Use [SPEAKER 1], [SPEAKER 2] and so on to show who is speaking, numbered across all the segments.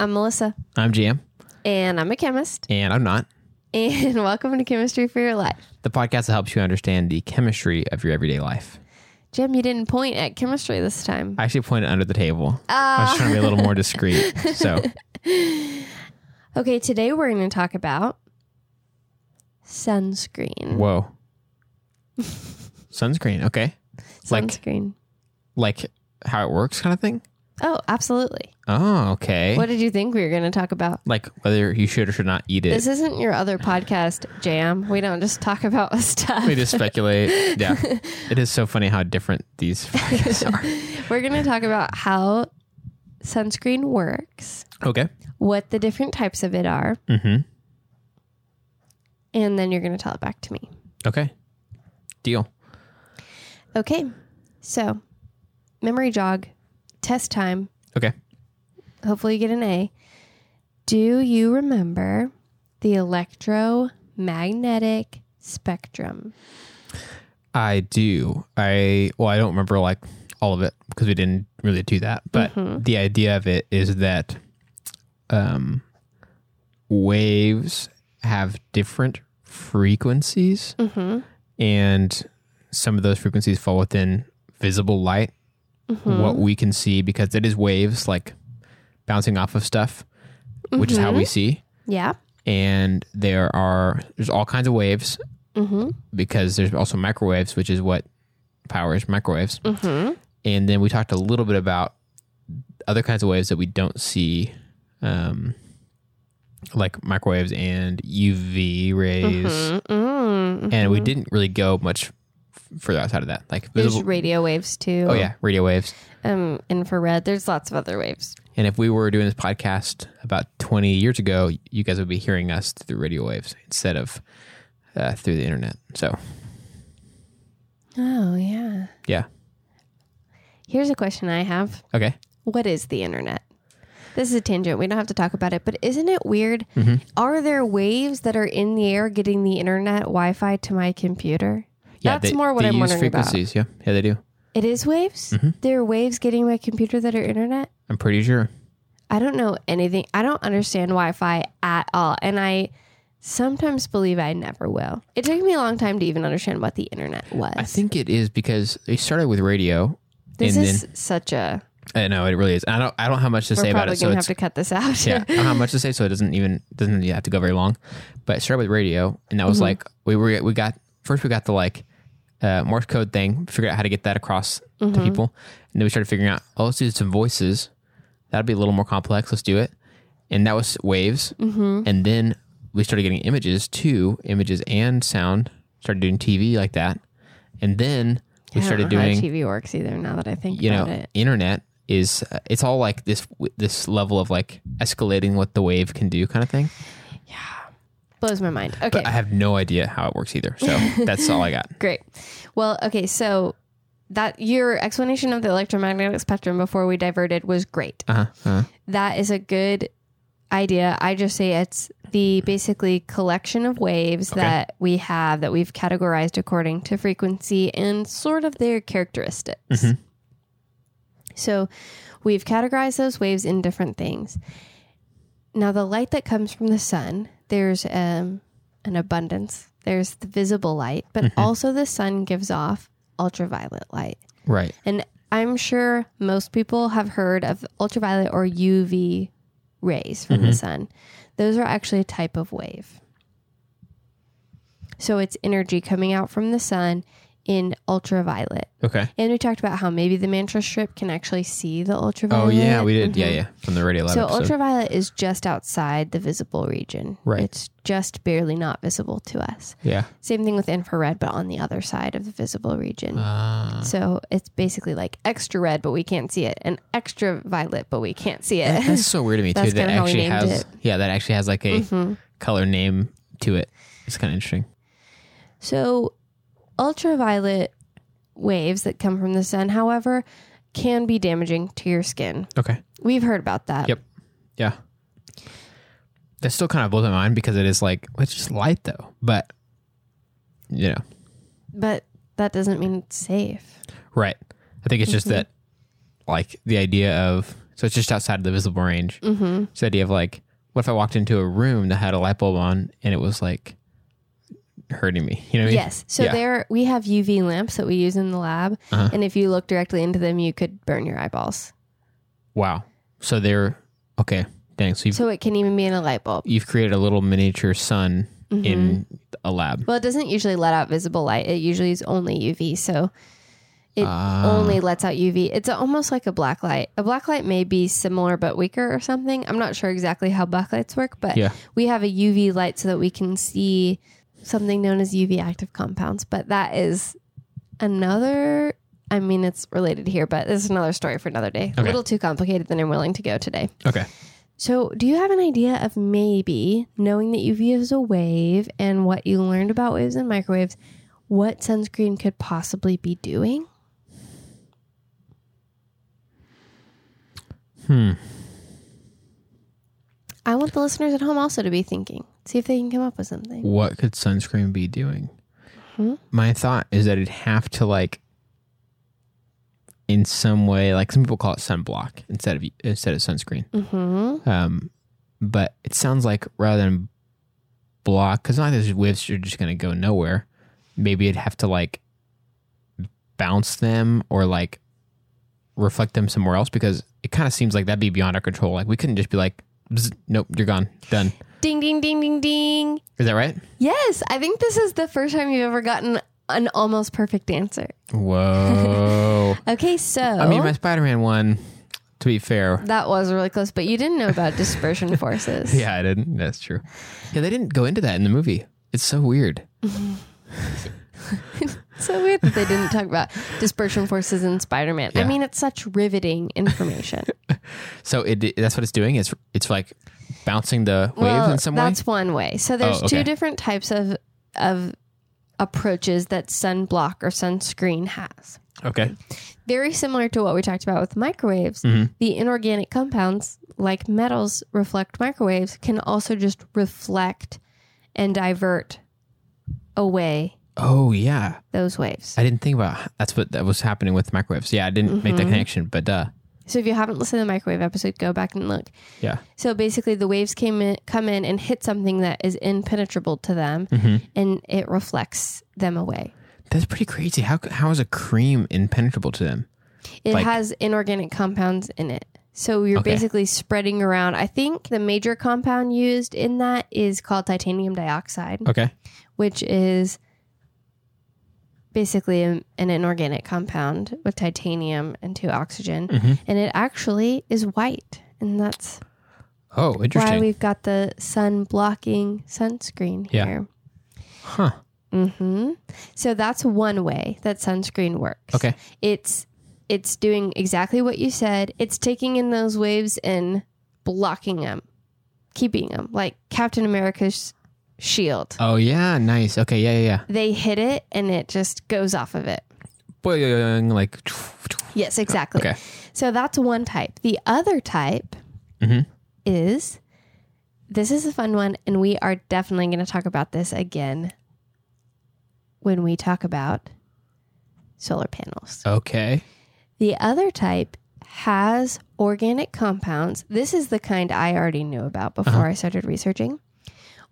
[SPEAKER 1] I'm Melissa,
[SPEAKER 2] I'm GM,
[SPEAKER 1] and I'm a chemist.
[SPEAKER 2] and I'm not.
[SPEAKER 1] And welcome to Chemistry for Your Life.
[SPEAKER 2] The podcast that helps you understand the chemistry of your everyday life.
[SPEAKER 1] Jim, you didn't point at chemistry this time. Uh,
[SPEAKER 2] I actually pointed under the table. I was trying to be a little more discreet. So,
[SPEAKER 1] Okay, today we're going to talk about sunscreen.
[SPEAKER 2] whoa. Sunscreen, okay. Like
[SPEAKER 1] Sunscreen.
[SPEAKER 2] like how it works kind of thing?
[SPEAKER 1] oh, absolutely.
[SPEAKER 2] Oh, okay.
[SPEAKER 1] What did you think we were going to talk about?
[SPEAKER 2] Like whether you should or should not eat it.
[SPEAKER 1] This isn't your other podcast, Jam. We don't just talk about stuff.
[SPEAKER 2] we just speculate. Yeah. It is so funny how different these podcasts are.
[SPEAKER 1] We're going to talk about how sunscreen works,
[SPEAKER 2] Okay.
[SPEAKER 1] what the different types of it are,
[SPEAKER 2] Mhm.
[SPEAKER 1] and then you're going to tell it back to me.
[SPEAKER 2] Okay. Deal.
[SPEAKER 1] Okay. So, memory jog, test time.
[SPEAKER 2] Okay.
[SPEAKER 1] Hopefully, you get an A. Do you remember the electromagnetic spectrum?
[SPEAKER 2] I do. I well, I don't remember like all of it because we didn't really do that. But the idea of it is that um, waves have different frequencies,
[SPEAKER 1] Mm-hmm.
[SPEAKER 2] and some of those frequencies fall within visible light, what we can see because it is waves like bouncing off of stuff, which is how we see.
[SPEAKER 1] Yeah.
[SPEAKER 2] And there are there's all kinds of waves,
[SPEAKER 1] Mm-hmm.
[SPEAKER 2] because there's also microwaves, which is what powers microwaves.
[SPEAKER 1] Mm-hmm.
[SPEAKER 2] And then we talked a little bit about other kinds of waves that we don't see, um, like microwaves and UV rays.
[SPEAKER 1] Mm-hmm.
[SPEAKER 2] And we didn't really go much f- further outside of that, like
[SPEAKER 1] There's
[SPEAKER 2] visible.
[SPEAKER 1] radio waves too.
[SPEAKER 2] Oh yeah, radio waves.
[SPEAKER 1] Um, infrared. There's lots of other waves.
[SPEAKER 2] And if we were doing this podcast about 20 years ago, you guys would be hearing us through radio waves instead of uh, through the internet. So
[SPEAKER 1] Oh yeah.
[SPEAKER 2] yeah,
[SPEAKER 1] Here's a question I have.
[SPEAKER 2] okay.
[SPEAKER 1] what is the internet? This is a tangent. We don't have to talk about it, but isn't it weird?
[SPEAKER 2] Mm-hmm.
[SPEAKER 1] Are there waves that are in the air getting the internet Wi Fi to my computer? That's
[SPEAKER 2] they-
[SPEAKER 1] more what
[SPEAKER 2] they
[SPEAKER 1] I'm
[SPEAKER 2] use
[SPEAKER 1] wondering about.
[SPEAKER 2] frequencies. Mm-hmm. Yeah, yeah, they do.
[SPEAKER 1] It is waves? There are waves getting my computer that are internet?
[SPEAKER 2] I'm pretty sure.
[SPEAKER 1] I don't know anything. I don't understand Wi Fi at all. And I sometimes believe I never will. It took me a long time to even understand what the internet was.
[SPEAKER 2] I think it is because they started with radio.
[SPEAKER 1] this
[SPEAKER 2] and
[SPEAKER 1] is such a.
[SPEAKER 2] then I know it really is. I don't I don't have much to say
[SPEAKER 1] We're
[SPEAKER 2] about
[SPEAKER 1] probably
[SPEAKER 2] it, so
[SPEAKER 1] going to have
[SPEAKER 2] it's
[SPEAKER 1] to cut this out.
[SPEAKER 2] yeah, I don't have much to say, so it doesn't even doesn't have to go very long. But it started with radio, and that
[SPEAKER 1] Mm-hmm.
[SPEAKER 2] was like we were we got first we got the like uh, Morse code thing, figured out how to get that across
[SPEAKER 1] Mm-hmm.
[SPEAKER 2] to people, and then we started figuring out oh let's do some voices. That'd be a little more complex. Let's do it, and that was waves, mm-hmm. and then we started getting images too, images and sound. Started doing TV like that, and then
[SPEAKER 1] I
[SPEAKER 2] we
[SPEAKER 1] don't
[SPEAKER 2] started
[SPEAKER 1] know how
[SPEAKER 2] doing
[SPEAKER 1] TV works either now that I think
[SPEAKER 2] you know,
[SPEAKER 1] about it.
[SPEAKER 2] internet is uh, it's all like this this level of like escalating what the wave can do kind of thing.
[SPEAKER 1] Blows my mind. Okay,
[SPEAKER 2] But I have no idea how it works either. So that's all I got.
[SPEAKER 1] great. Well, okay, so that your explanation of the electromagnetic spectrum before we diverted was great.
[SPEAKER 2] Uh-huh, uh-huh.
[SPEAKER 1] That is a good idea. I just say it's the basically collection of waves that we have that we've categorized according to frequency and sort of their characteristics. So we've categorized those waves in different things. Now, the light that comes from the sun, there's um, an abundance. There's the visible light, but also the sun gives off ultraviolet light.
[SPEAKER 2] Right.
[SPEAKER 1] And I'm sure most people have heard of ultraviolet or UV rays from
[SPEAKER 2] Mm-hmm.
[SPEAKER 1] the sun. Those are actually a type of wave. So it's energy coming out from the sun in ultraviolet.
[SPEAKER 2] Okay.
[SPEAKER 1] And we talked about how maybe the mantle strip can actually see the ultraviolet.
[SPEAKER 2] Oh yeah, we did. Yeah,
[SPEAKER 1] Mhm.
[SPEAKER 2] yeah. From the radio lab.
[SPEAKER 1] So
[SPEAKER 2] episode.
[SPEAKER 1] ultraviolet is just outside the visible region.
[SPEAKER 2] Right.
[SPEAKER 1] It's just barely not visible to us.
[SPEAKER 2] yeah.
[SPEAKER 1] Same thing with infrared, but on the other side of the visible region.
[SPEAKER 2] Uh,
[SPEAKER 1] So it's basically like extra red, but we can't see it, and extra violet, but we can't see
[SPEAKER 2] that's
[SPEAKER 1] it.
[SPEAKER 2] so weird to me too.
[SPEAKER 1] That's
[SPEAKER 2] That
[SPEAKER 1] kinda how we
[SPEAKER 2] actually
[SPEAKER 1] named
[SPEAKER 2] has
[SPEAKER 1] it.
[SPEAKER 2] yeah, that actually has like a
[SPEAKER 1] Mhm.
[SPEAKER 2] color name to it. It's kind of interesting.
[SPEAKER 1] So ultraviolet waves that come from the sun, however, can be damaging to your skin.
[SPEAKER 2] Okay.
[SPEAKER 1] We've heard about that.
[SPEAKER 2] Yep. Yeah. That still kind of blows my mind because it is like well, it's just light though, but you know.
[SPEAKER 1] But that doesn't mean it's safe. Mm-hmm.
[SPEAKER 2] Right. I think it's just that, like, the idea of So it's just outside of the visible range. Mm-hmm. So the idea of like, what if I walked into a room that had a light bulb on and it was like hurting me? You know what I mean?
[SPEAKER 1] Yes. So
[SPEAKER 2] Yeah. Uh-huh.
[SPEAKER 1] there we have UV lamps that we use in the lab, and if you look directly into them, you could burn your eyeballs.
[SPEAKER 2] Wow. So they're okay. Dang. So you've,
[SPEAKER 1] So it can even be in a light bulb. Mm-hmm.
[SPEAKER 2] you've created a little miniature sun in a lab.
[SPEAKER 1] Well, it doesn't usually let out visible light. It usually is only UV. So it
[SPEAKER 2] Ah,
[SPEAKER 1] only lets out UV. It's almost like a black light. A black light may be similar but weaker or something. I'm not sure exactly how black lights work, but
[SPEAKER 2] Yeah.
[SPEAKER 1] we have a UV light so that we can see something known as UV active compounds. But that is another. I mean, it's related here, but this is another story for another day. A
[SPEAKER 2] Okay.
[SPEAKER 1] little too complicated than I'm willing to go today.
[SPEAKER 2] Okay.
[SPEAKER 1] So, do you have an idea of maybe knowing that UV is a wave and what you learned about waves and microwaves, what sunscreen could possibly be doing?
[SPEAKER 2] Hmm.
[SPEAKER 1] I want the listeners at home also to be thinking. See if they can come up with something.
[SPEAKER 2] What could sunscreen be doing? My thought is that it'd have to like, in some way, like some people call it sunblock instead of instead of sunscreen.
[SPEAKER 1] hmm
[SPEAKER 2] Um, but it sounds like rather than block, because not those whiffs are just going to go nowhere. Maybe it'd have to like bounce them or like reflect them somewhere else because it kind of seems like that'd be beyond our control. Like we couldn't just be like, "Bzz, nope, you're gone, done.
[SPEAKER 1] Ding, ding, ding, ding, ding.
[SPEAKER 2] Is that right?
[SPEAKER 1] Yes, I think this is the first time you've ever gotten an almost perfect answer.
[SPEAKER 2] Whoa.
[SPEAKER 1] Okay, so
[SPEAKER 2] I mean, my Spider Man one, to be fair.
[SPEAKER 1] that was really close, but you didn't know about dispersion forces.
[SPEAKER 2] Yeah, I didn't. That's true. Yeah, they didn't go into that in the movie. It's so weird.
[SPEAKER 1] so weird that they didn't talk about dispersion forces in Spider-Man. I
[SPEAKER 2] Yeah.
[SPEAKER 1] mean, it's such riveting information.
[SPEAKER 2] So it that's what it's doing. It's it's like bouncing the waves
[SPEAKER 1] well,
[SPEAKER 2] in some way.
[SPEAKER 1] that's one way. So there's
[SPEAKER 2] Oh,
[SPEAKER 1] two
[SPEAKER 2] okay.
[SPEAKER 1] different types of of approaches that sunblock or sunscreen has.
[SPEAKER 2] Okay.
[SPEAKER 1] Very similar to what we talked about with microwaves,
[SPEAKER 2] Mm-hmm.
[SPEAKER 1] the inorganic compounds like metals reflect microwaves can also just reflect and divert away
[SPEAKER 2] Oh yeah,
[SPEAKER 1] those waves.
[SPEAKER 2] I didn't think about that's what that was happening with microwaves. Yeah, I didn't make
[SPEAKER 1] Mm-hmm.
[SPEAKER 2] that connection, but uh, duh.
[SPEAKER 1] So if you haven't listened to the microwave episode, go back and look.
[SPEAKER 2] Yeah.
[SPEAKER 1] So basically, the waves came in, come in and hit something that is impenetrable to them,
[SPEAKER 2] Mm-hmm.
[SPEAKER 1] and it reflects them away.
[SPEAKER 2] That's pretty crazy. How c- how is a cream impenetrable to them?
[SPEAKER 1] It
[SPEAKER 2] Like-
[SPEAKER 1] has inorganic compounds in it, so you're
[SPEAKER 2] Okay.
[SPEAKER 1] basically spreading around. I think the major compound used in that is called titanium dioxide,
[SPEAKER 2] Okay.
[SPEAKER 1] which is basically an, an inorganic compound with titanium and two oxygen,
[SPEAKER 2] Mm-hmm.
[SPEAKER 1] and it actually is white, and that's
[SPEAKER 2] Oh,
[SPEAKER 1] why
[SPEAKER 2] interesting.
[SPEAKER 1] we've got the sun blocking sunscreen
[SPEAKER 2] Yeah.
[SPEAKER 1] here.
[SPEAKER 2] huh.
[SPEAKER 1] hmm So that's one way that sunscreen works.
[SPEAKER 2] Okay.
[SPEAKER 1] It's it's doing exactly what you said. It's taking in those waves and blocking them, keeping them like Captain America's shield.
[SPEAKER 2] Oh yeah, nice. Okay, yeah, yeah, yeah.
[SPEAKER 1] They hit it and it just goes off of it.
[SPEAKER 2] Boing, like
[SPEAKER 1] Yes, exactly.
[SPEAKER 2] Okay.
[SPEAKER 1] So that's one type. The other type
[SPEAKER 2] Mhm.
[SPEAKER 1] is this is a fun one, and we are definitely going to talk about this again when we talk about solar panels.
[SPEAKER 2] Okay.
[SPEAKER 1] The other type has organic compounds. This is the kind I already knew about before
[SPEAKER 2] Uh-huh.
[SPEAKER 1] I started researching,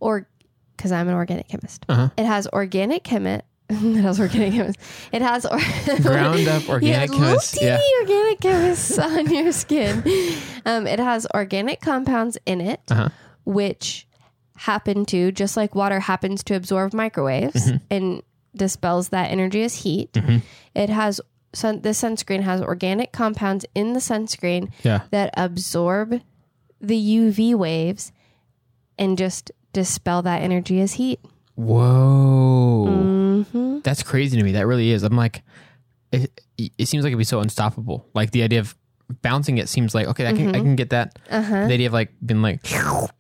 [SPEAKER 1] or because I'm an organic chemist.
[SPEAKER 2] Uh-huh.
[SPEAKER 1] It has organic chemi. it has organic chemist. It has or-
[SPEAKER 2] Ground up organic
[SPEAKER 1] yeah, little
[SPEAKER 2] chemist.
[SPEAKER 1] teeny
[SPEAKER 2] Yeah.
[SPEAKER 1] organic chemists on your skin. Um, it has organic compounds in it,
[SPEAKER 2] Uh-huh.
[SPEAKER 1] which happen to just like water happens to absorb microwaves
[SPEAKER 2] Mm-hmm.
[SPEAKER 1] and dispels that energy as heat. It has sun. This sunscreen has organic compounds in the sunscreen
[SPEAKER 2] Yeah.
[SPEAKER 1] that absorb the UV waves and just dispel that energy as heat.
[SPEAKER 2] Whoa.
[SPEAKER 1] hmm
[SPEAKER 2] That's crazy to me. That really is. I'm like, it, it seems like it'd be so unstoppable. Like the idea of bouncing it seems like okay, I can I can get that.
[SPEAKER 1] Uh-huh.
[SPEAKER 2] The idea of like being like,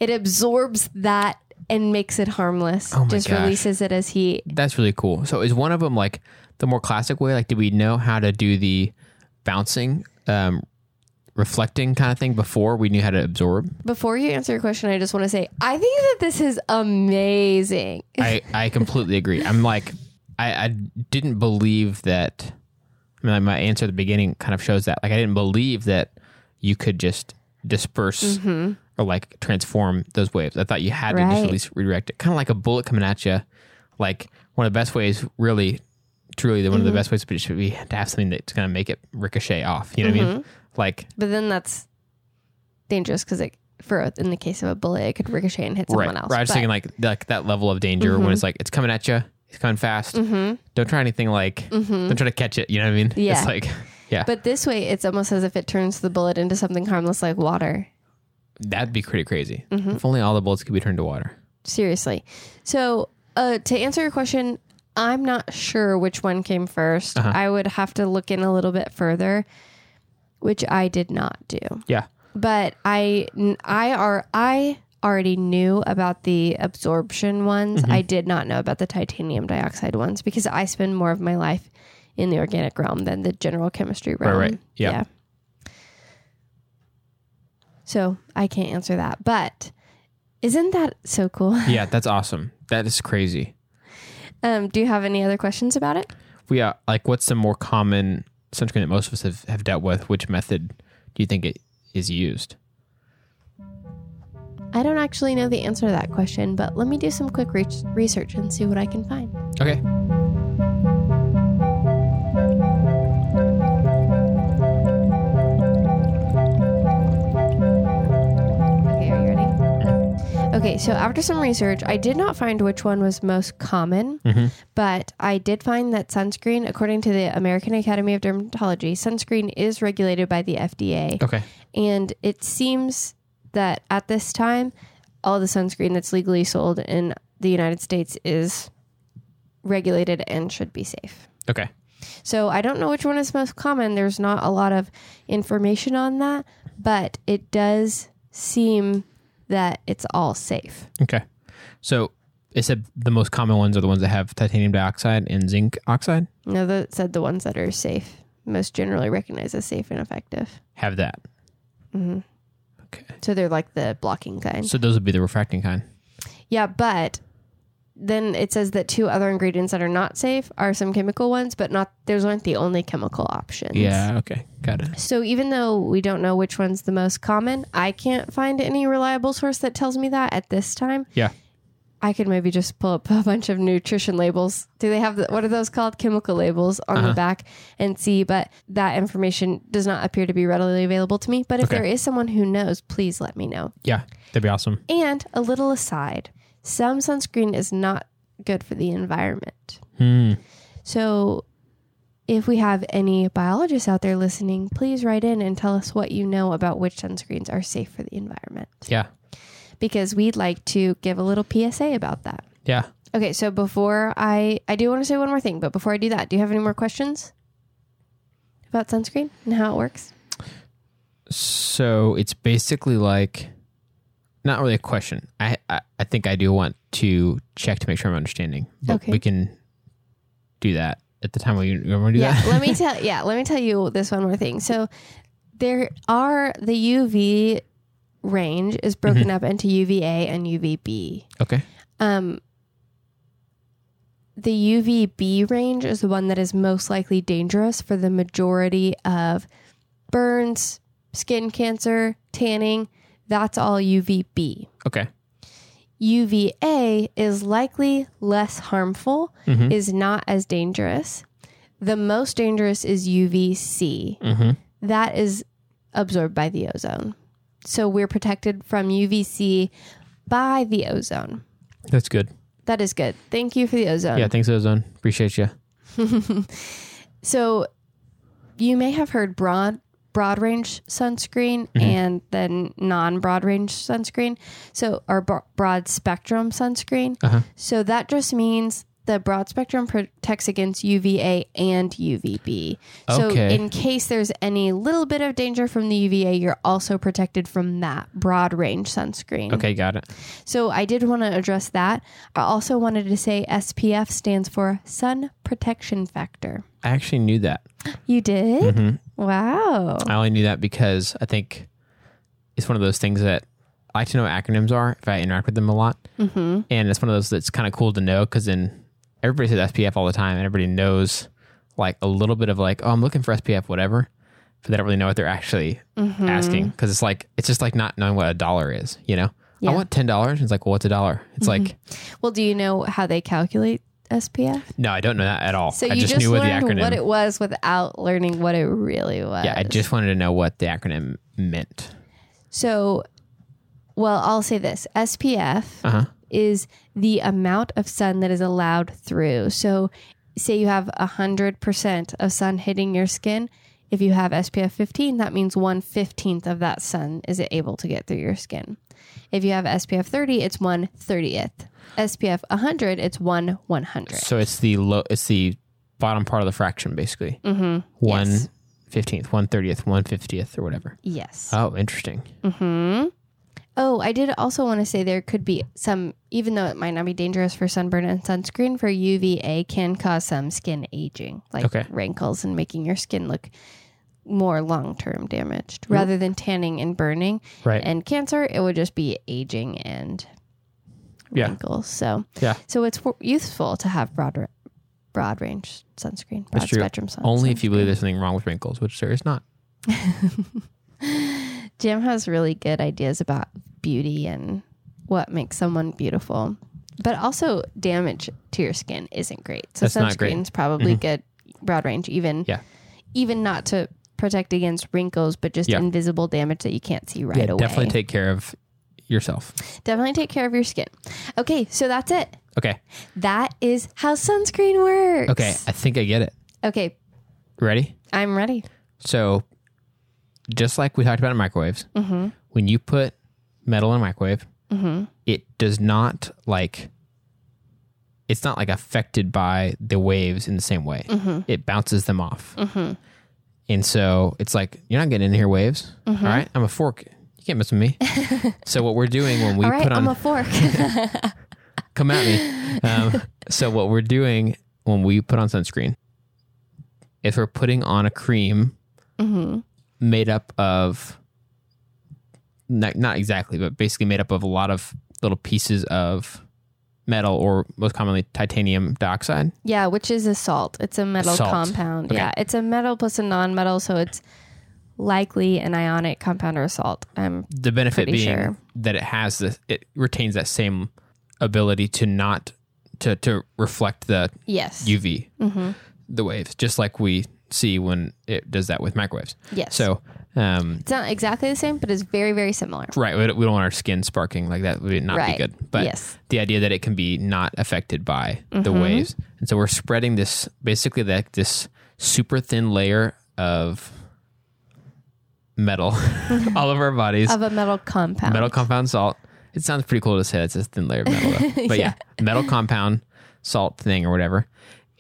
[SPEAKER 1] It absorbs that and makes it harmless.
[SPEAKER 2] Oh my
[SPEAKER 1] just
[SPEAKER 2] gosh.
[SPEAKER 1] releases it as heat.
[SPEAKER 2] that's really cool. So is one of them like the more classic way? Like, do we know how to do the bouncing, um, reflecting kind of thing before we knew how to absorb?
[SPEAKER 1] Before you answer your question, I just want to say I think that this is amazing.
[SPEAKER 2] I I completely agree. I'm like, I I didn't believe that. I mean, like, my answer at the beginning kind of shows that. Like, I didn't believe that you could just disperse
[SPEAKER 1] Mm-hmm.
[SPEAKER 2] or like transform those waves. I thought you had to just
[SPEAKER 1] Right.
[SPEAKER 2] at least redirect it, kind of like a bullet coming at you. Like one of the best ways, really, truly, the one of the best ways would just be to have something that's going to make it ricochet off. You know what I mean? Like
[SPEAKER 1] But then that's dangerous because it for in the case of a bullet, it could ricochet and hit someone
[SPEAKER 2] right,
[SPEAKER 1] else.
[SPEAKER 2] right. I was
[SPEAKER 1] But- Mm-hmm.
[SPEAKER 2] thinking like like that level of danger when it's like it's coming at you, it's coming fast. Don't try anything like don't try to catch it. You know what I mean?
[SPEAKER 1] Mm-hmm. Yeah.
[SPEAKER 2] It's like yeah,
[SPEAKER 1] but this way, it's almost as if it turns the bullet into something harmless like water.
[SPEAKER 2] that'd be pretty crazy.
[SPEAKER 1] Mm-hmm.
[SPEAKER 2] If only all the bullets could be turned to water.
[SPEAKER 1] Seriously. So, uh, to answer your question, I'm not sure which one came 1st
[SPEAKER 2] Uh-huh.
[SPEAKER 1] I would have to look in a little bit further, which I did not do.
[SPEAKER 2] Yeah.
[SPEAKER 1] But I, I are I already knew about the absorption ones.
[SPEAKER 2] Mm-hmm.
[SPEAKER 1] I did not know about the titanium dioxide ones because I spend more of my life in the organic realm than the general chemistry realm.
[SPEAKER 2] right. Yeah.
[SPEAKER 1] So I can't answer that, but isn't that so cool?
[SPEAKER 2] Yeah, that's awesome. That is crazy.
[SPEAKER 1] Um, do you have any other questions about it?
[SPEAKER 2] We are like, what's the more common sunscreen that most of us have, have dealt with? Which method do you think it is used?
[SPEAKER 1] I don't actually know the answer to that question, but let me do some quick re- research and see what I can find.
[SPEAKER 2] Okay.
[SPEAKER 1] Okay, are you ready? Um, Okay, so after some research, I did not find which one was most common, but I did find that sunscreen, according to the American Academy of Dermatology, sunscreen is regulated by the FDA.
[SPEAKER 2] Okay.
[SPEAKER 1] And it seems that at this time, all the sunscreen that's legally sold in the United States is regulated and should be safe.
[SPEAKER 2] Okay.
[SPEAKER 1] So I don't know which one is most common. There's not a lot of information on that, but it does seem that it's all safe.
[SPEAKER 2] Okay. So it said the most common ones are the ones that have titanium dioxide and zinc oxide
[SPEAKER 1] No, that said the ones that are safe, most generally recognized as safe and effective.
[SPEAKER 2] have that.
[SPEAKER 1] So they're like the blocking kind.
[SPEAKER 2] So those would be the refracting kind.
[SPEAKER 1] Yeah, but then it says that two other ingredients that are not safe are some chemical ones, but not those aren't the only chemical options.
[SPEAKER 2] Yeah. Okay. Got it.
[SPEAKER 1] So even though we don't know which one's the most common, I can't find any reliable source that tells me that at this time.
[SPEAKER 2] Yeah.
[SPEAKER 1] I could maybe just pull up a bunch of nutrition labels. Do they have the, what are those called? Chemical labels on
[SPEAKER 2] Uh-huh.
[SPEAKER 1] the back and see, but that information does not appear to be readily available to me. But if
[SPEAKER 2] Okay.
[SPEAKER 1] there is someone who knows, please let me know.
[SPEAKER 2] Yeah. That'd be awesome.
[SPEAKER 1] And a little aside, some sunscreen is not good for the environment.
[SPEAKER 2] Hmm.
[SPEAKER 1] So if we have any biologists out there listening, please write in and tell us what you know about which sunscreens are safe for the environment
[SPEAKER 2] Yeah.
[SPEAKER 1] because we'd like to give a little PSA about that.
[SPEAKER 2] Yeah.
[SPEAKER 1] Okay, so before I I do want to say one more thing, but before I do that, do you have any more questions about sunscreen and how it works?
[SPEAKER 2] So it's basically like not really a question. I, I, I think I do want to check to make sure I'm understanding. But
[SPEAKER 1] Okay.
[SPEAKER 2] we can do that at the time we you want to do
[SPEAKER 1] yeah
[SPEAKER 2] that.
[SPEAKER 1] let me tell yeah let me tell you this one more thing so there are the uv range is broken up into uva and uvb
[SPEAKER 2] okay.
[SPEAKER 1] um the uvb range is the one that is most likely dangerous for the majority of burns skin cancer tanning that's all uvb
[SPEAKER 2] Okay.
[SPEAKER 1] UVA is likely less harmful,
[SPEAKER 2] Mm-hmm.
[SPEAKER 1] is not as dangerous. The most dangerous is UVC. That is absorbed by the ozone. So we're protected from UVC by the ozone.
[SPEAKER 2] That's good.
[SPEAKER 1] That is good. Thank you for the ozone.
[SPEAKER 2] Yeah. Thanks, Ozone. Appreciate you.
[SPEAKER 1] So you may have heard broad broad range sunscreen
[SPEAKER 2] Mm-hmm.
[SPEAKER 1] and then non broad range sunscreen. So or bro- broad spectrum sunscreen.
[SPEAKER 2] Uh-huh.
[SPEAKER 1] So that just means the broad spectrum protects against UVA and UVB. So
[SPEAKER 2] Okay.
[SPEAKER 1] in case there's any little bit of danger from the UVA, you're also protected from that broad range sunscreen.
[SPEAKER 2] Okay. Got it.
[SPEAKER 1] So I did want to address that. I also wanted to say SPF stands for sun protection factor.
[SPEAKER 2] I actually knew that.
[SPEAKER 1] You did?
[SPEAKER 2] Mm-hmm.
[SPEAKER 1] Wow.
[SPEAKER 2] I only knew that because I think it's one of those things that I like to know what acronyms are if I interact with them a lot. Mm-hmm. And it's one of those that's kind of cool to know because then everybody says SPF all the time and everybody knows like a little bit of like, oh, I'm looking for SPF, whatever. but they don't really know what they're actually
[SPEAKER 1] Mm-hmm.
[SPEAKER 2] asking because it's like it's just like not knowing what a dollar is. You know,
[SPEAKER 1] Yeah. Mm-hmm.
[SPEAKER 2] I want ten dollars. It's like, well, what's a dollar? It's like,
[SPEAKER 1] Well, do you know how they calculate SPF?
[SPEAKER 2] no, I don't know that at all.
[SPEAKER 1] So
[SPEAKER 2] I
[SPEAKER 1] you
[SPEAKER 2] just,
[SPEAKER 1] just,
[SPEAKER 2] knew what the
[SPEAKER 1] learned
[SPEAKER 2] acronym.
[SPEAKER 1] what it was without learning what it really was.
[SPEAKER 2] yeah, I just wanted to know what the acronym meant.
[SPEAKER 1] So, well, I'll say this SPF
[SPEAKER 2] Uh huh.
[SPEAKER 1] is the amount of sun that is allowed through. So, say you have 100% of sun hitting your skin. If you have SPF 15, that means 1 15th of that sun is able to get through your skin. If you have SPF 30, it's 1 30th. SPF 100, it's 1 100.
[SPEAKER 2] So it's the low. It's the bottom part of the fraction, basically. Mm-hmm. One
[SPEAKER 1] Yes.
[SPEAKER 2] fifteenth, one thirtieth, one fiftieth, or whatever.
[SPEAKER 1] Yes.
[SPEAKER 2] Oh, interesting.
[SPEAKER 1] Oh, I did also want to say there could be some, even though it might not be dangerous for sunburn and sunscreen, for UVA can cause some skin aging, like
[SPEAKER 2] Okay.
[SPEAKER 1] wrinkles and making your skin look more long term damaged rather than tanning and burning.
[SPEAKER 2] Right.
[SPEAKER 1] And cancer, it would just be aging and
[SPEAKER 2] Yeah.
[SPEAKER 1] wrinkles. So,
[SPEAKER 2] Yeah.
[SPEAKER 1] so it's w- useful to have broad, ra- broad range sunscreen, broad
[SPEAKER 2] That's true.
[SPEAKER 1] spectrum sunscreen.
[SPEAKER 2] Only if you believe there's something wrong with wrinkles, which there is not.
[SPEAKER 1] Jim has really good ideas about beauty and what makes someone beautiful. But also, damage to your skin isn't great. So
[SPEAKER 2] That's not great. Mm-hmm.
[SPEAKER 1] sunscreen's probably good broad range, even
[SPEAKER 2] Yeah.
[SPEAKER 1] even not to protect against wrinkles, but just
[SPEAKER 2] Yeah.
[SPEAKER 1] invisible damage that you can't see right
[SPEAKER 2] Yeah,
[SPEAKER 1] away.
[SPEAKER 2] definitely take care of yourself.
[SPEAKER 1] Definitely take care of your skin. Okay, so that's it.
[SPEAKER 2] Okay.
[SPEAKER 1] That is how sunscreen works.
[SPEAKER 2] Okay. I think I get it.
[SPEAKER 1] Okay,
[SPEAKER 2] Ready?
[SPEAKER 1] I'm ready.
[SPEAKER 2] So, just like we talked about in microwaves,
[SPEAKER 1] Mm-hmm.
[SPEAKER 2] when you put metal in a microwave, it does not like. It's not like affected by the waves in the same way.
[SPEAKER 1] Mm-hmm.
[SPEAKER 2] It bounces them off, and so it's like you're not getting in here waves. All
[SPEAKER 1] Mm-hmm.
[SPEAKER 2] right, I'm a fork. You can't mess with me. so what we're doing when we
[SPEAKER 1] All right,
[SPEAKER 2] put on
[SPEAKER 1] I'm a fork.
[SPEAKER 2] come at me. Um, so what we're doing when we put on sunscreen is we're putting on a cream
[SPEAKER 1] Mm-hmm.
[SPEAKER 2] made up of not, not exactly, but basically made up of a lot of little pieces of metal or most commonly titanium dioxide.
[SPEAKER 1] Yeah, which is a salt. It's a metal
[SPEAKER 2] Salt.
[SPEAKER 1] compound.
[SPEAKER 2] Okay.
[SPEAKER 1] Yeah, it's a metal plus a non-metal, so it's likely an ionic compound or a salt. Um,
[SPEAKER 2] The benefit
[SPEAKER 1] Pretty
[SPEAKER 2] being
[SPEAKER 1] sure.
[SPEAKER 2] that it has this, it retains that same ability to not to to reflect the
[SPEAKER 1] yes.
[SPEAKER 2] UV
[SPEAKER 1] Mm-hmm.
[SPEAKER 2] the waves, just like we see when it does that with microwaves.
[SPEAKER 1] yes.
[SPEAKER 2] So, um,
[SPEAKER 1] it's not exactly the same, but it's very, very similar.
[SPEAKER 2] right, we don't we don't want our skin sparking like that would not
[SPEAKER 1] Right.
[SPEAKER 2] be good. But
[SPEAKER 1] Yes.
[SPEAKER 2] the idea that it can be not affected by the waves, and so we're spreading this basically like this super thin layer of metal all over our bodies,
[SPEAKER 1] Of a metal compound.
[SPEAKER 2] metal compound salt. It sounds pretty cool to say that's a thin layer of metal, though. but yeah. metal compound salt thing or whatever.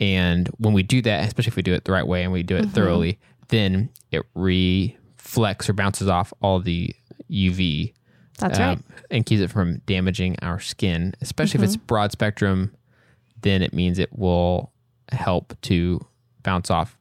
[SPEAKER 2] And when we do that, especially if we do it the right way and we do it thoroughly, then it reflects or bounces off all the UV um,
[SPEAKER 1] That's right.
[SPEAKER 2] and keeps it from damaging our skin. Especially if it's
[SPEAKER 1] Mm-hmm.
[SPEAKER 2] broad spectrum, then it means it will help to bounce off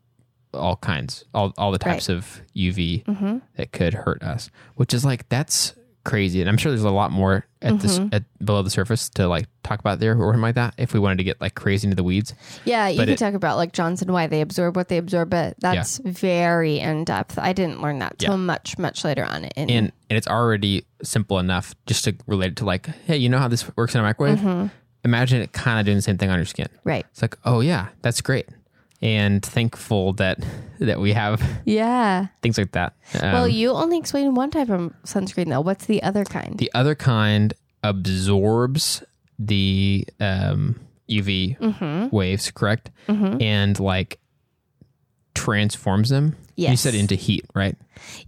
[SPEAKER 2] all kinds, all, all the types of UV
[SPEAKER 1] Mm-hmm.
[SPEAKER 2] that could hurt us. Which is like that's crazy, and I'm sure there's a lot more at this
[SPEAKER 1] Mm-hmm.
[SPEAKER 2] at below the surface to like talk about there or something like that. If we wanted to get like crazy into the weeds,
[SPEAKER 1] Yeah, you
[SPEAKER 2] but
[SPEAKER 1] could
[SPEAKER 2] it-
[SPEAKER 1] talk about like Johnson why they absorb what they absorb, but that's very in depth. I didn't learn that till much, much later on. In,
[SPEAKER 2] and and it's already simple enough just to relate it to like, hey, you know how this works in a microwave?
[SPEAKER 1] Mm-hmm.
[SPEAKER 2] Imagine it kind of doing the same thing on your skin.
[SPEAKER 1] right.
[SPEAKER 2] It's like, oh yeah, that's great, and thankful that that we have
[SPEAKER 1] Yeah.
[SPEAKER 2] things like that. Um,
[SPEAKER 1] well, you only explained one type of sunscreen though. What's the other kind?
[SPEAKER 2] the other kind absorbs the um, UV
[SPEAKER 1] Mm-hmm,
[SPEAKER 2] waves, correct? And like transforms them. You
[SPEAKER 1] Yes.
[SPEAKER 2] said into heat, right?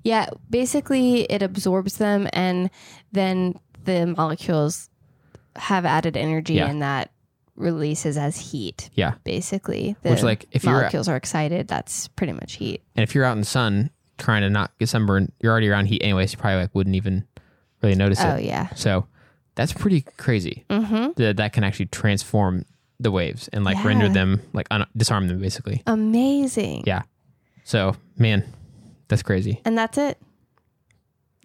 [SPEAKER 1] Yeah, basically it absorbs them and then the molecules have added energy
[SPEAKER 2] Yeah.
[SPEAKER 1] and that releases as heat.
[SPEAKER 2] Yeah.
[SPEAKER 1] Basically, the
[SPEAKER 2] Which, like, if you're-
[SPEAKER 1] molecules are excited, that's pretty much heat.
[SPEAKER 2] And if you're out in the sun trying to not get sunburned, you're already around heat anyway, so you probably like wouldn't even really notice
[SPEAKER 1] Oh
[SPEAKER 2] it.
[SPEAKER 1] yeah,
[SPEAKER 2] So that's pretty crazy
[SPEAKER 1] Mhm.
[SPEAKER 2] that that can actually transform the waves and like render
[SPEAKER 1] Yeah.
[SPEAKER 2] them like un- disarm them basically.
[SPEAKER 1] amazing.
[SPEAKER 2] Yeah. So man, that's crazy.
[SPEAKER 1] And that's it.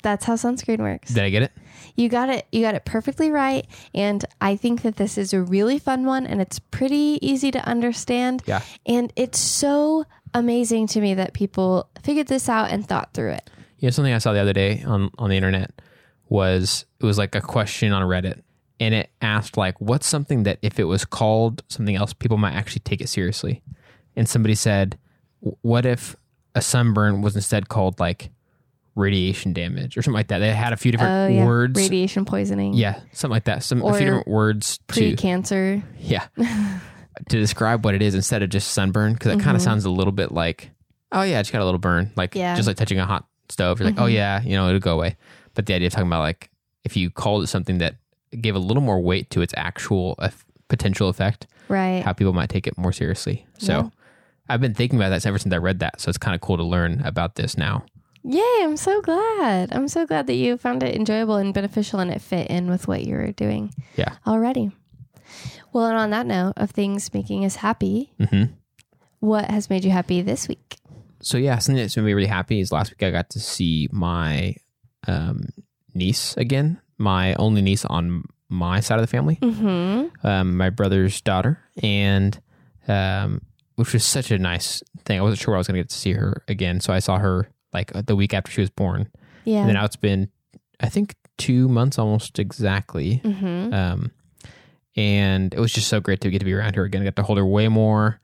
[SPEAKER 1] That's how sunscreen works.
[SPEAKER 2] Did I get it?
[SPEAKER 1] You got it. You got it perfectly right. And I think that this is a really fun one and it's pretty easy to understand.
[SPEAKER 2] Yeah.
[SPEAKER 1] And it's so amazing to me that people figured this out and thought through it.
[SPEAKER 2] You know, something I saw the other day on, on the internet was it was like a question on Reddit and it asked like what's something that if it was called something else, people might actually take it seriously. And somebody said, "W- What if a sunburn was instead called like radiation damage or something like that? They had a few different
[SPEAKER 1] Oh yeah,
[SPEAKER 2] words.
[SPEAKER 1] radiation poisoning.
[SPEAKER 2] yeah, something like that. Some a
[SPEAKER 1] Or
[SPEAKER 2] few different words to
[SPEAKER 1] pre-cancer.
[SPEAKER 2] yeah. to describe what it is instead of just sunburn, because it kind of sounds a little bit like, oh, yeah, I just got a little burn. Like,
[SPEAKER 1] Mm-hmm. Yeah. Mm-hmm.
[SPEAKER 2] just like touching a hot stove. You're like, oh, yeah, you know, it'll go away. But the idea of talking about like, if you called it something that gave a little more weight to its actual eff- potential effect,
[SPEAKER 1] Right.
[SPEAKER 2] how people might take it more seriously. So
[SPEAKER 1] Yeah.
[SPEAKER 2] I've been thinking about that ever since I read that. So it's kind of cool to learn about this now.
[SPEAKER 1] Yay! I'm so glad. I'm so glad that you found it enjoyable and beneficial, and it fit in with what you were doing
[SPEAKER 2] Yeah.
[SPEAKER 1] already. Well, and on that note of things making us happy,
[SPEAKER 2] hmm
[SPEAKER 1] what has made you happy this week?
[SPEAKER 2] so yeah, something that's made me really happy is last week I got to see my um, niece again, my only niece on my side of the family,
[SPEAKER 1] Mm-hmm.
[SPEAKER 2] um, my brother's daughter, and um, which was such a nice thing. I wasn't sure I was going to get to see her again, so I saw her like the week after she was born,
[SPEAKER 1] Yeah.
[SPEAKER 2] and then now it's been, I think, two months almost exactly
[SPEAKER 1] mm-hmm.
[SPEAKER 2] um, and it was just so great to get to be around her again. I got to hold her way more,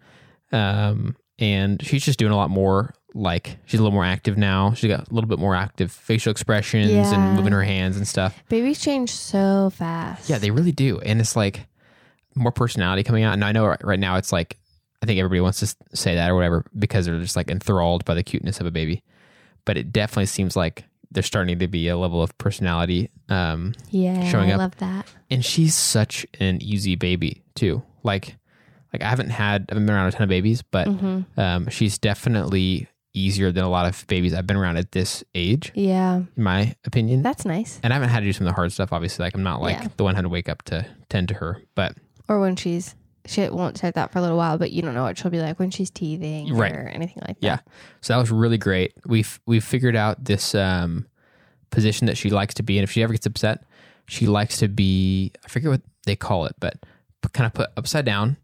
[SPEAKER 2] um, and she's just doing a lot more. Like she's a little more active now. She got a little bit more active facial expressions
[SPEAKER 1] Yeah.
[SPEAKER 2] and moving her hands and stuff.
[SPEAKER 1] Babies change so fast.
[SPEAKER 2] Yeah, they really do, and it's like more personality coming out. And I know right- right now it's like I think everybody wants to s- say that or whatever because they're just like enthralled by the cuteness of a baby. But it definitely seems like there's starting to be a level of personality um,
[SPEAKER 1] yeah.
[SPEAKER 2] showing
[SPEAKER 1] I
[SPEAKER 2] up.
[SPEAKER 1] love that.
[SPEAKER 2] and she's such an easy baby too. Like, like I haven't had I haven't been around a ton of babies, but
[SPEAKER 1] Mm-hmm.
[SPEAKER 2] um, she's definitely easier than a lot of babies I've been around at this age,
[SPEAKER 1] Yeah.
[SPEAKER 2] in my opinion.
[SPEAKER 1] That's nice.
[SPEAKER 2] and I haven't had to do some of the hard stuff. Obviously, like I'm not like
[SPEAKER 1] Yeah.
[SPEAKER 2] the one who had to wake up to tend to her, but
[SPEAKER 1] Or when she's she won't start that for a little while, but you don't know what she'll be like when she's teething
[SPEAKER 2] Right.
[SPEAKER 1] or anything like that.
[SPEAKER 2] Yeah. So that was really great. We've we've figured out this um, position that she likes to be in. If she ever gets upset, she likes to be I forget what they call it, but p- kind of put upside down,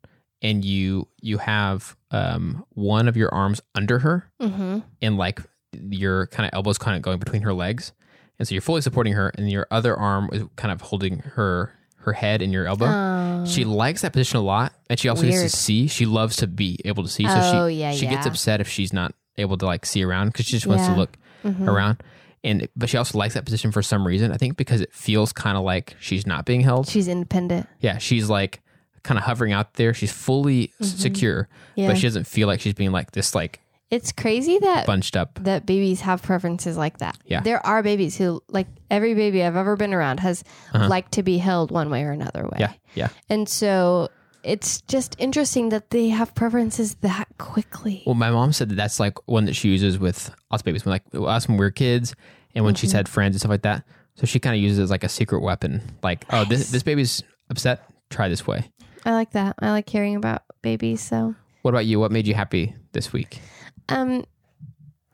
[SPEAKER 2] and you you have um, one of your arms under her,
[SPEAKER 1] Mm-hmm.
[SPEAKER 2] and like your kind of elbows kind of going between her legs, and so you're fully supporting her, and your other arm is kind of holding her her head and your elbow.
[SPEAKER 1] Um,
[SPEAKER 2] She likes that position a lot, and she also
[SPEAKER 1] Weird.
[SPEAKER 2] gets to see. She loves to be able to see. So
[SPEAKER 1] Oh,
[SPEAKER 2] she
[SPEAKER 1] yeah,
[SPEAKER 2] she gets
[SPEAKER 1] yeah.
[SPEAKER 2] upset if she's not able to like see around because she just wants
[SPEAKER 1] Yeah. Mm-hmm.
[SPEAKER 2] to look around. And but she also likes that position for some reason. I think because it feels kind of like she's not being held.
[SPEAKER 1] she's independent.
[SPEAKER 2] yeah, she's like kind of hovering out there. She's fully s- secure,
[SPEAKER 1] Mm-hmm. Yeah.
[SPEAKER 2] but she doesn't feel like she's being like this like
[SPEAKER 1] It's crazy that
[SPEAKER 2] bunched up.
[SPEAKER 1] that babies have preferences like that.
[SPEAKER 2] Yeah.
[SPEAKER 1] There are babies who like every baby I've ever been around has liked to be held one way or another way.
[SPEAKER 2] Uh-huh. Yeah, yeah.
[SPEAKER 1] And so it's just interesting that they have preferences that quickly.
[SPEAKER 2] Well, my mom said that that's like one that she uses with us babies, when like us when we were kids, and when she's had friends and stuff like that. So she kind of uses it as like a secret weapon. Like, oh, this this baby's upset. Try this way.
[SPEAKER 1] I like that. I like hearing about babies, so
[SPEAKER 2] What about you? What made you happy this week?
[SPEAKER 1] Um,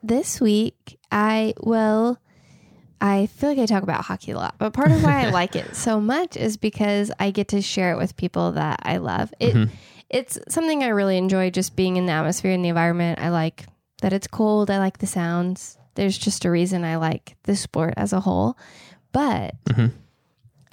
[SPEAKER 1] this week I well, I feel like I talk about hockey a lot, but part of why I like it so much is because I get to share it with people that I love. It it's something I really enjoy, just being in the atmosphere and the environment. I like that it's cold. I like the sounds. There's just a reason I like the sport as a whole, but.
[SPEAKER 2] Mhm.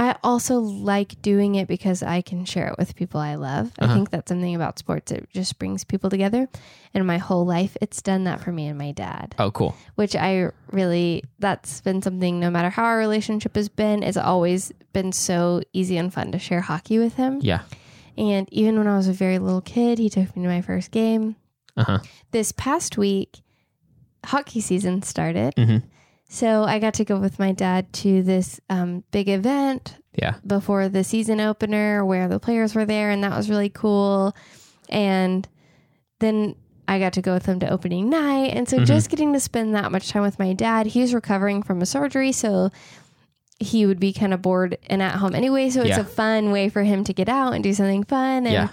[SPEAKER 1] I also like doing it because I can share it with people I love. I think that's something about sports. It just brings people together. And my whole life, it's done that for me and my dad,
[SPEAKER 2] Oh, cool.
[SPEAKER 1] which I really, that's been something, no matter how our relationship has been, it's always been so easy and fun to share hockey with him.
[SPEAKER 2] Yeah.
[SPEAKER 1] And even when I was a very little kid, he took me to my first game.
[SPEAKER 2] Uh huh.
[SPEAKER 1] This past week, hockey season started.
[SPEAKER 2] Mhm.
[SPEAKER 1] So I got to go with my dad to this um, big event
[SPEAKER 2] Yeah.
[SPEAKER 1] before the season opener where the players were there and that was really cool and then i got to go with them to opening night and so
[SPEAKER 2] Mhm.
[SPEAKER 1] just getting to spend that much time with my dad he's recovering from a surgery so he would be kind of bored and at home anyway so it's
[SPEAKER 2] Yeah.
[SPEAKER 1] a fun way for him to get out and do something fun and
[SPEAKER 2] Yeah.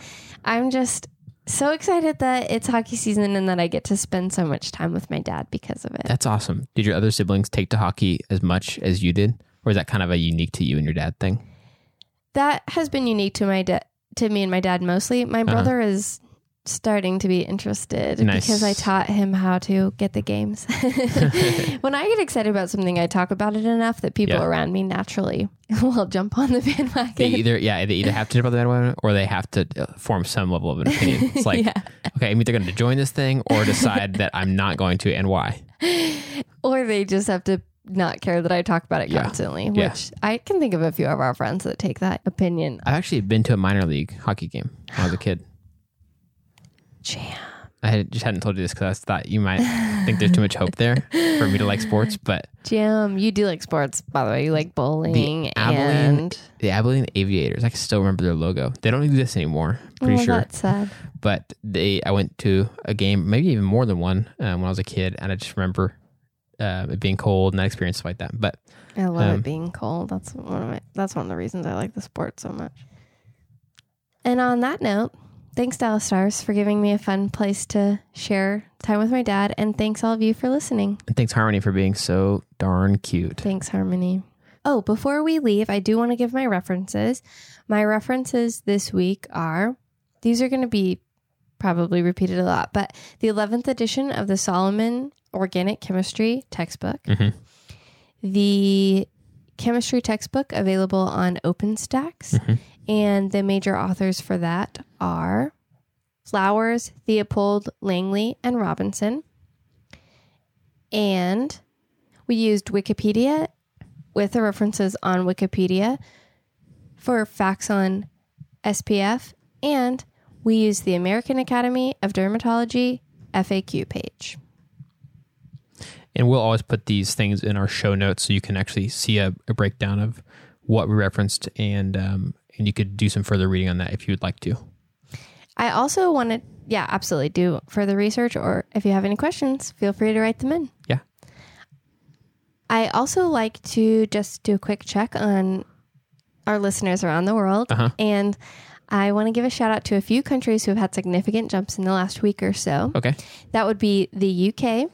[SPEAKER 1] i'm just so excited that it's hockey season and that i get to spend so much time with my dad because of it
[SPEAKER 2] That's awesome. Did your other siblings take to hockey as much as you did, or is that kind of a unique to you and your dad thing?
[SPEAKER 1] that has been unique to my dad to me and my dad mostly my brother is starting to be interested
[SPEAKER 2] Uh-huh. Nice.
[SPEAKER 1] because I taught him how to get the games. when I get excited about something, I talk about it enough that people
[SPEAKER 2] Yeah.
[SPEAKER 1] around me naturally will jump on the bandwagon.
[SPEAKER 2] They either yeah, they either have to jump on the bandwagon or they have to uh, form some level of an opinion. It's like
[SPEAKER 1] Yeah.
[SPEAKER 2] okay, I'm either going to join this thing or decide that I'm not going to and why.
[SPEAKER 1] or they just have to not care that I talk about it
[SPEAKER 2] Yeah.
[SPEAKER 1] constantly,
[SPEAKER 2] Yeah.
[SPEAKER 1] which I can think of a few of our friends that take that opinion.
[SPEAKER 2] I've actually been to a minor league hockey game when I was a kid.
[SPEAKER 1] Jam.
[SPEAKER 2] I had, just hadn't told you this because I thought you might think there's too much hope there for me to like sports, but
[SPEAKER 1] Jam. You do like sports, by the way. You like bowling
[SPEAKER 2] Abilene-
[SPEAKER 1] and.
[SPEAKER 2] the Abilene Aviators, I can still remember their logo. They don't exist anymore, pretty
[SPEAKER 1] oh,
[SPEAKER 2] sure.
[SPEAKER 1] that's sad.
[SPEAKER 2] But they, I went to a game, maybe even more than one, um, when I was a kid, and I just remember um, it being cold and that experience like that. But
[SPEAKER 1] I love
[SPEAKER 2] Um,
[SPEAKER 1] it being cold. That's one of my, that's one of the reasons I like the sport so much. And on that note, thanks Dallas Stars for giving me a fun place to share time with my dad, and thanks all of you for listening.
[SPEAKER 2] and thanks Harmony for being so darn cute.
[SPEAKER 1] Thanks, Harmony. Oh, before we leave, I do want to give my references. My references this week are these are going to be probably repeated a lot, but the 11th edition of the Solomon Organic Chemistry textbook,
[SPEAKER 2] Mhm.
[SPEAKER 1] the chemistry textbook available on OpenStax,
[SPEAKER 2] Mhm.
[SPEAKER 1] and the major authors for that are Flowers, Theopold, Langley, and Robinson. And we used Wikipedia with the references on Wikipedia for facts on SPF, and we used the American Academy of Dermatology FAQ page.
[SPEAKER 2] And we'll always put these things in our show notes so you can actually see a, a breakdown of what we referenced and um, and you could do some further reading on that if you would like to.
[SPEAKER 1] I also want to, yeah, absolutely do further research, or if you have any questions, feel free to write them in.
[SPEAKER 2] Yeah.
[SPEAKER 1] I also like to just do a quick check on our listeners around the world.
[SPEAKER 2] Uh-huh.
[SPEAKER 1] And I want to give a shout out to a few countries who have had significant jumps in the last week or so.
[SPEAKER 2] Okay.
[SPEAKER 1] That would be the UK,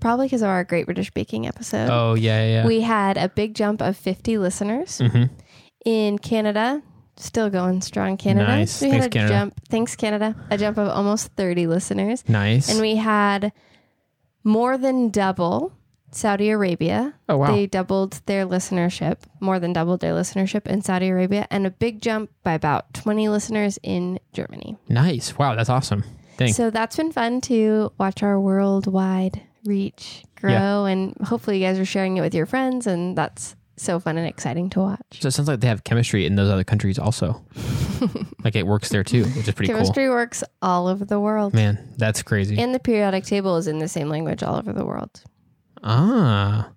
[SPEAKER 1] probably because of our Great British Baking episode.
[SPEAKER 2] Oh yeah, yeah. yeah.
[SPEAKER 1] We had a big jump of 50 listeners
[SPEAKER 2] Mhm.
[SPEAKER 1] in Canada. Still going strong, Canada.
[SPEAKER 2] Nice.
[SPEAKER 1] We
[SPEAKER 2] Thanks,
[SPEAKER 1] had a
[SPEAKER 2] Canada.
[SPEAKER 1] jump. Thanks, Canada. A jump of almost 30 listeners.
[SPEAKER 2] nice.
[SPEAKER 1] And we had more than double Saudi Arabia.
[SPEAKER 2] oh wow.
[SPEAKER 1] They doubled their listenership, more than doubled their listenership in Saudi Arabia, and a big jump by about 20 listeners in Germany.
[SPEAKER 2] nice. Wow, that's awesome. Thanks.
[SPEAKER 1] So that's been fun to watch our worldwide reach grow, and hopefully, you guys are sharing it with your friends, and that's so fun and exciting to watch.
[SPEAKER 2] So it sounds like they have chemistry in those other countries also. like it works there too, which is pretty
[SPEAKER 1] Chemistry works all over the world,
[SPEAKER 2] cool. Man, that's crazy.
[SPEAKER 1] and the periodic table is in the same language all over the world.
[SPEAKER 2] ah,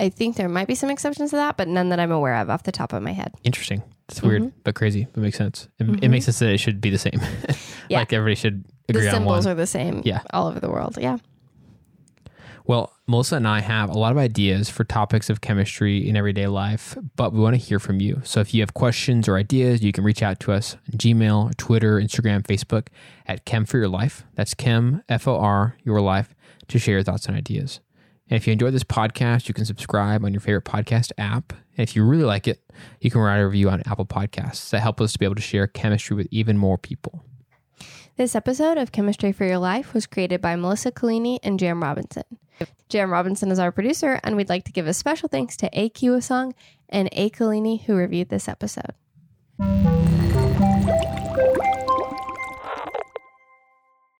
[SPEAKER 1] I think there might be some exceptions to that, but none that I'm aware of off the top of my head.
[SPEAKER 2] interesting. It's weird,
[SPEAKER 1] Mm-hmm.
[SPEAKER 2] but crazy. It makes sense. It, it makes sense that it should be the same.
[SPEAKER 1] Yeah.
[SPEAKER 2] like everybody should
[SPEAKER 1] The
[SPEAKER 2] agree on one.
[SPEAKER 1] symbols are the same
[SPEAKER 2] Yeah.
[SPEAKER 1] all over the world. Yeah.
[SPEAKER 2] Well, Melissa and I have a lot of ideas for topics of chemistry in everyday life, but we want to hear from you. So if you have questions or ideas, you can reach out to us on Gmail, Twitter, Instagram, Facebook at Chem for Your Life. That's Chem F O R Your Life to share your thoughts and ideas. And if you enjoyed this podcast, you can subscribe on your favorite podcast app. And if you really like it, you can write a review on Apple Podcasts that help us to be able to share chemistry with even more people.
[SPEAKER 1] This episode of Chemistry for Your Life was created by Melissa Collini and Jam Robinson. Jam Robinson is our producer, and we'd like to give a special thanks to A. Kiwa Song and A. Collini, who reviewed this episode.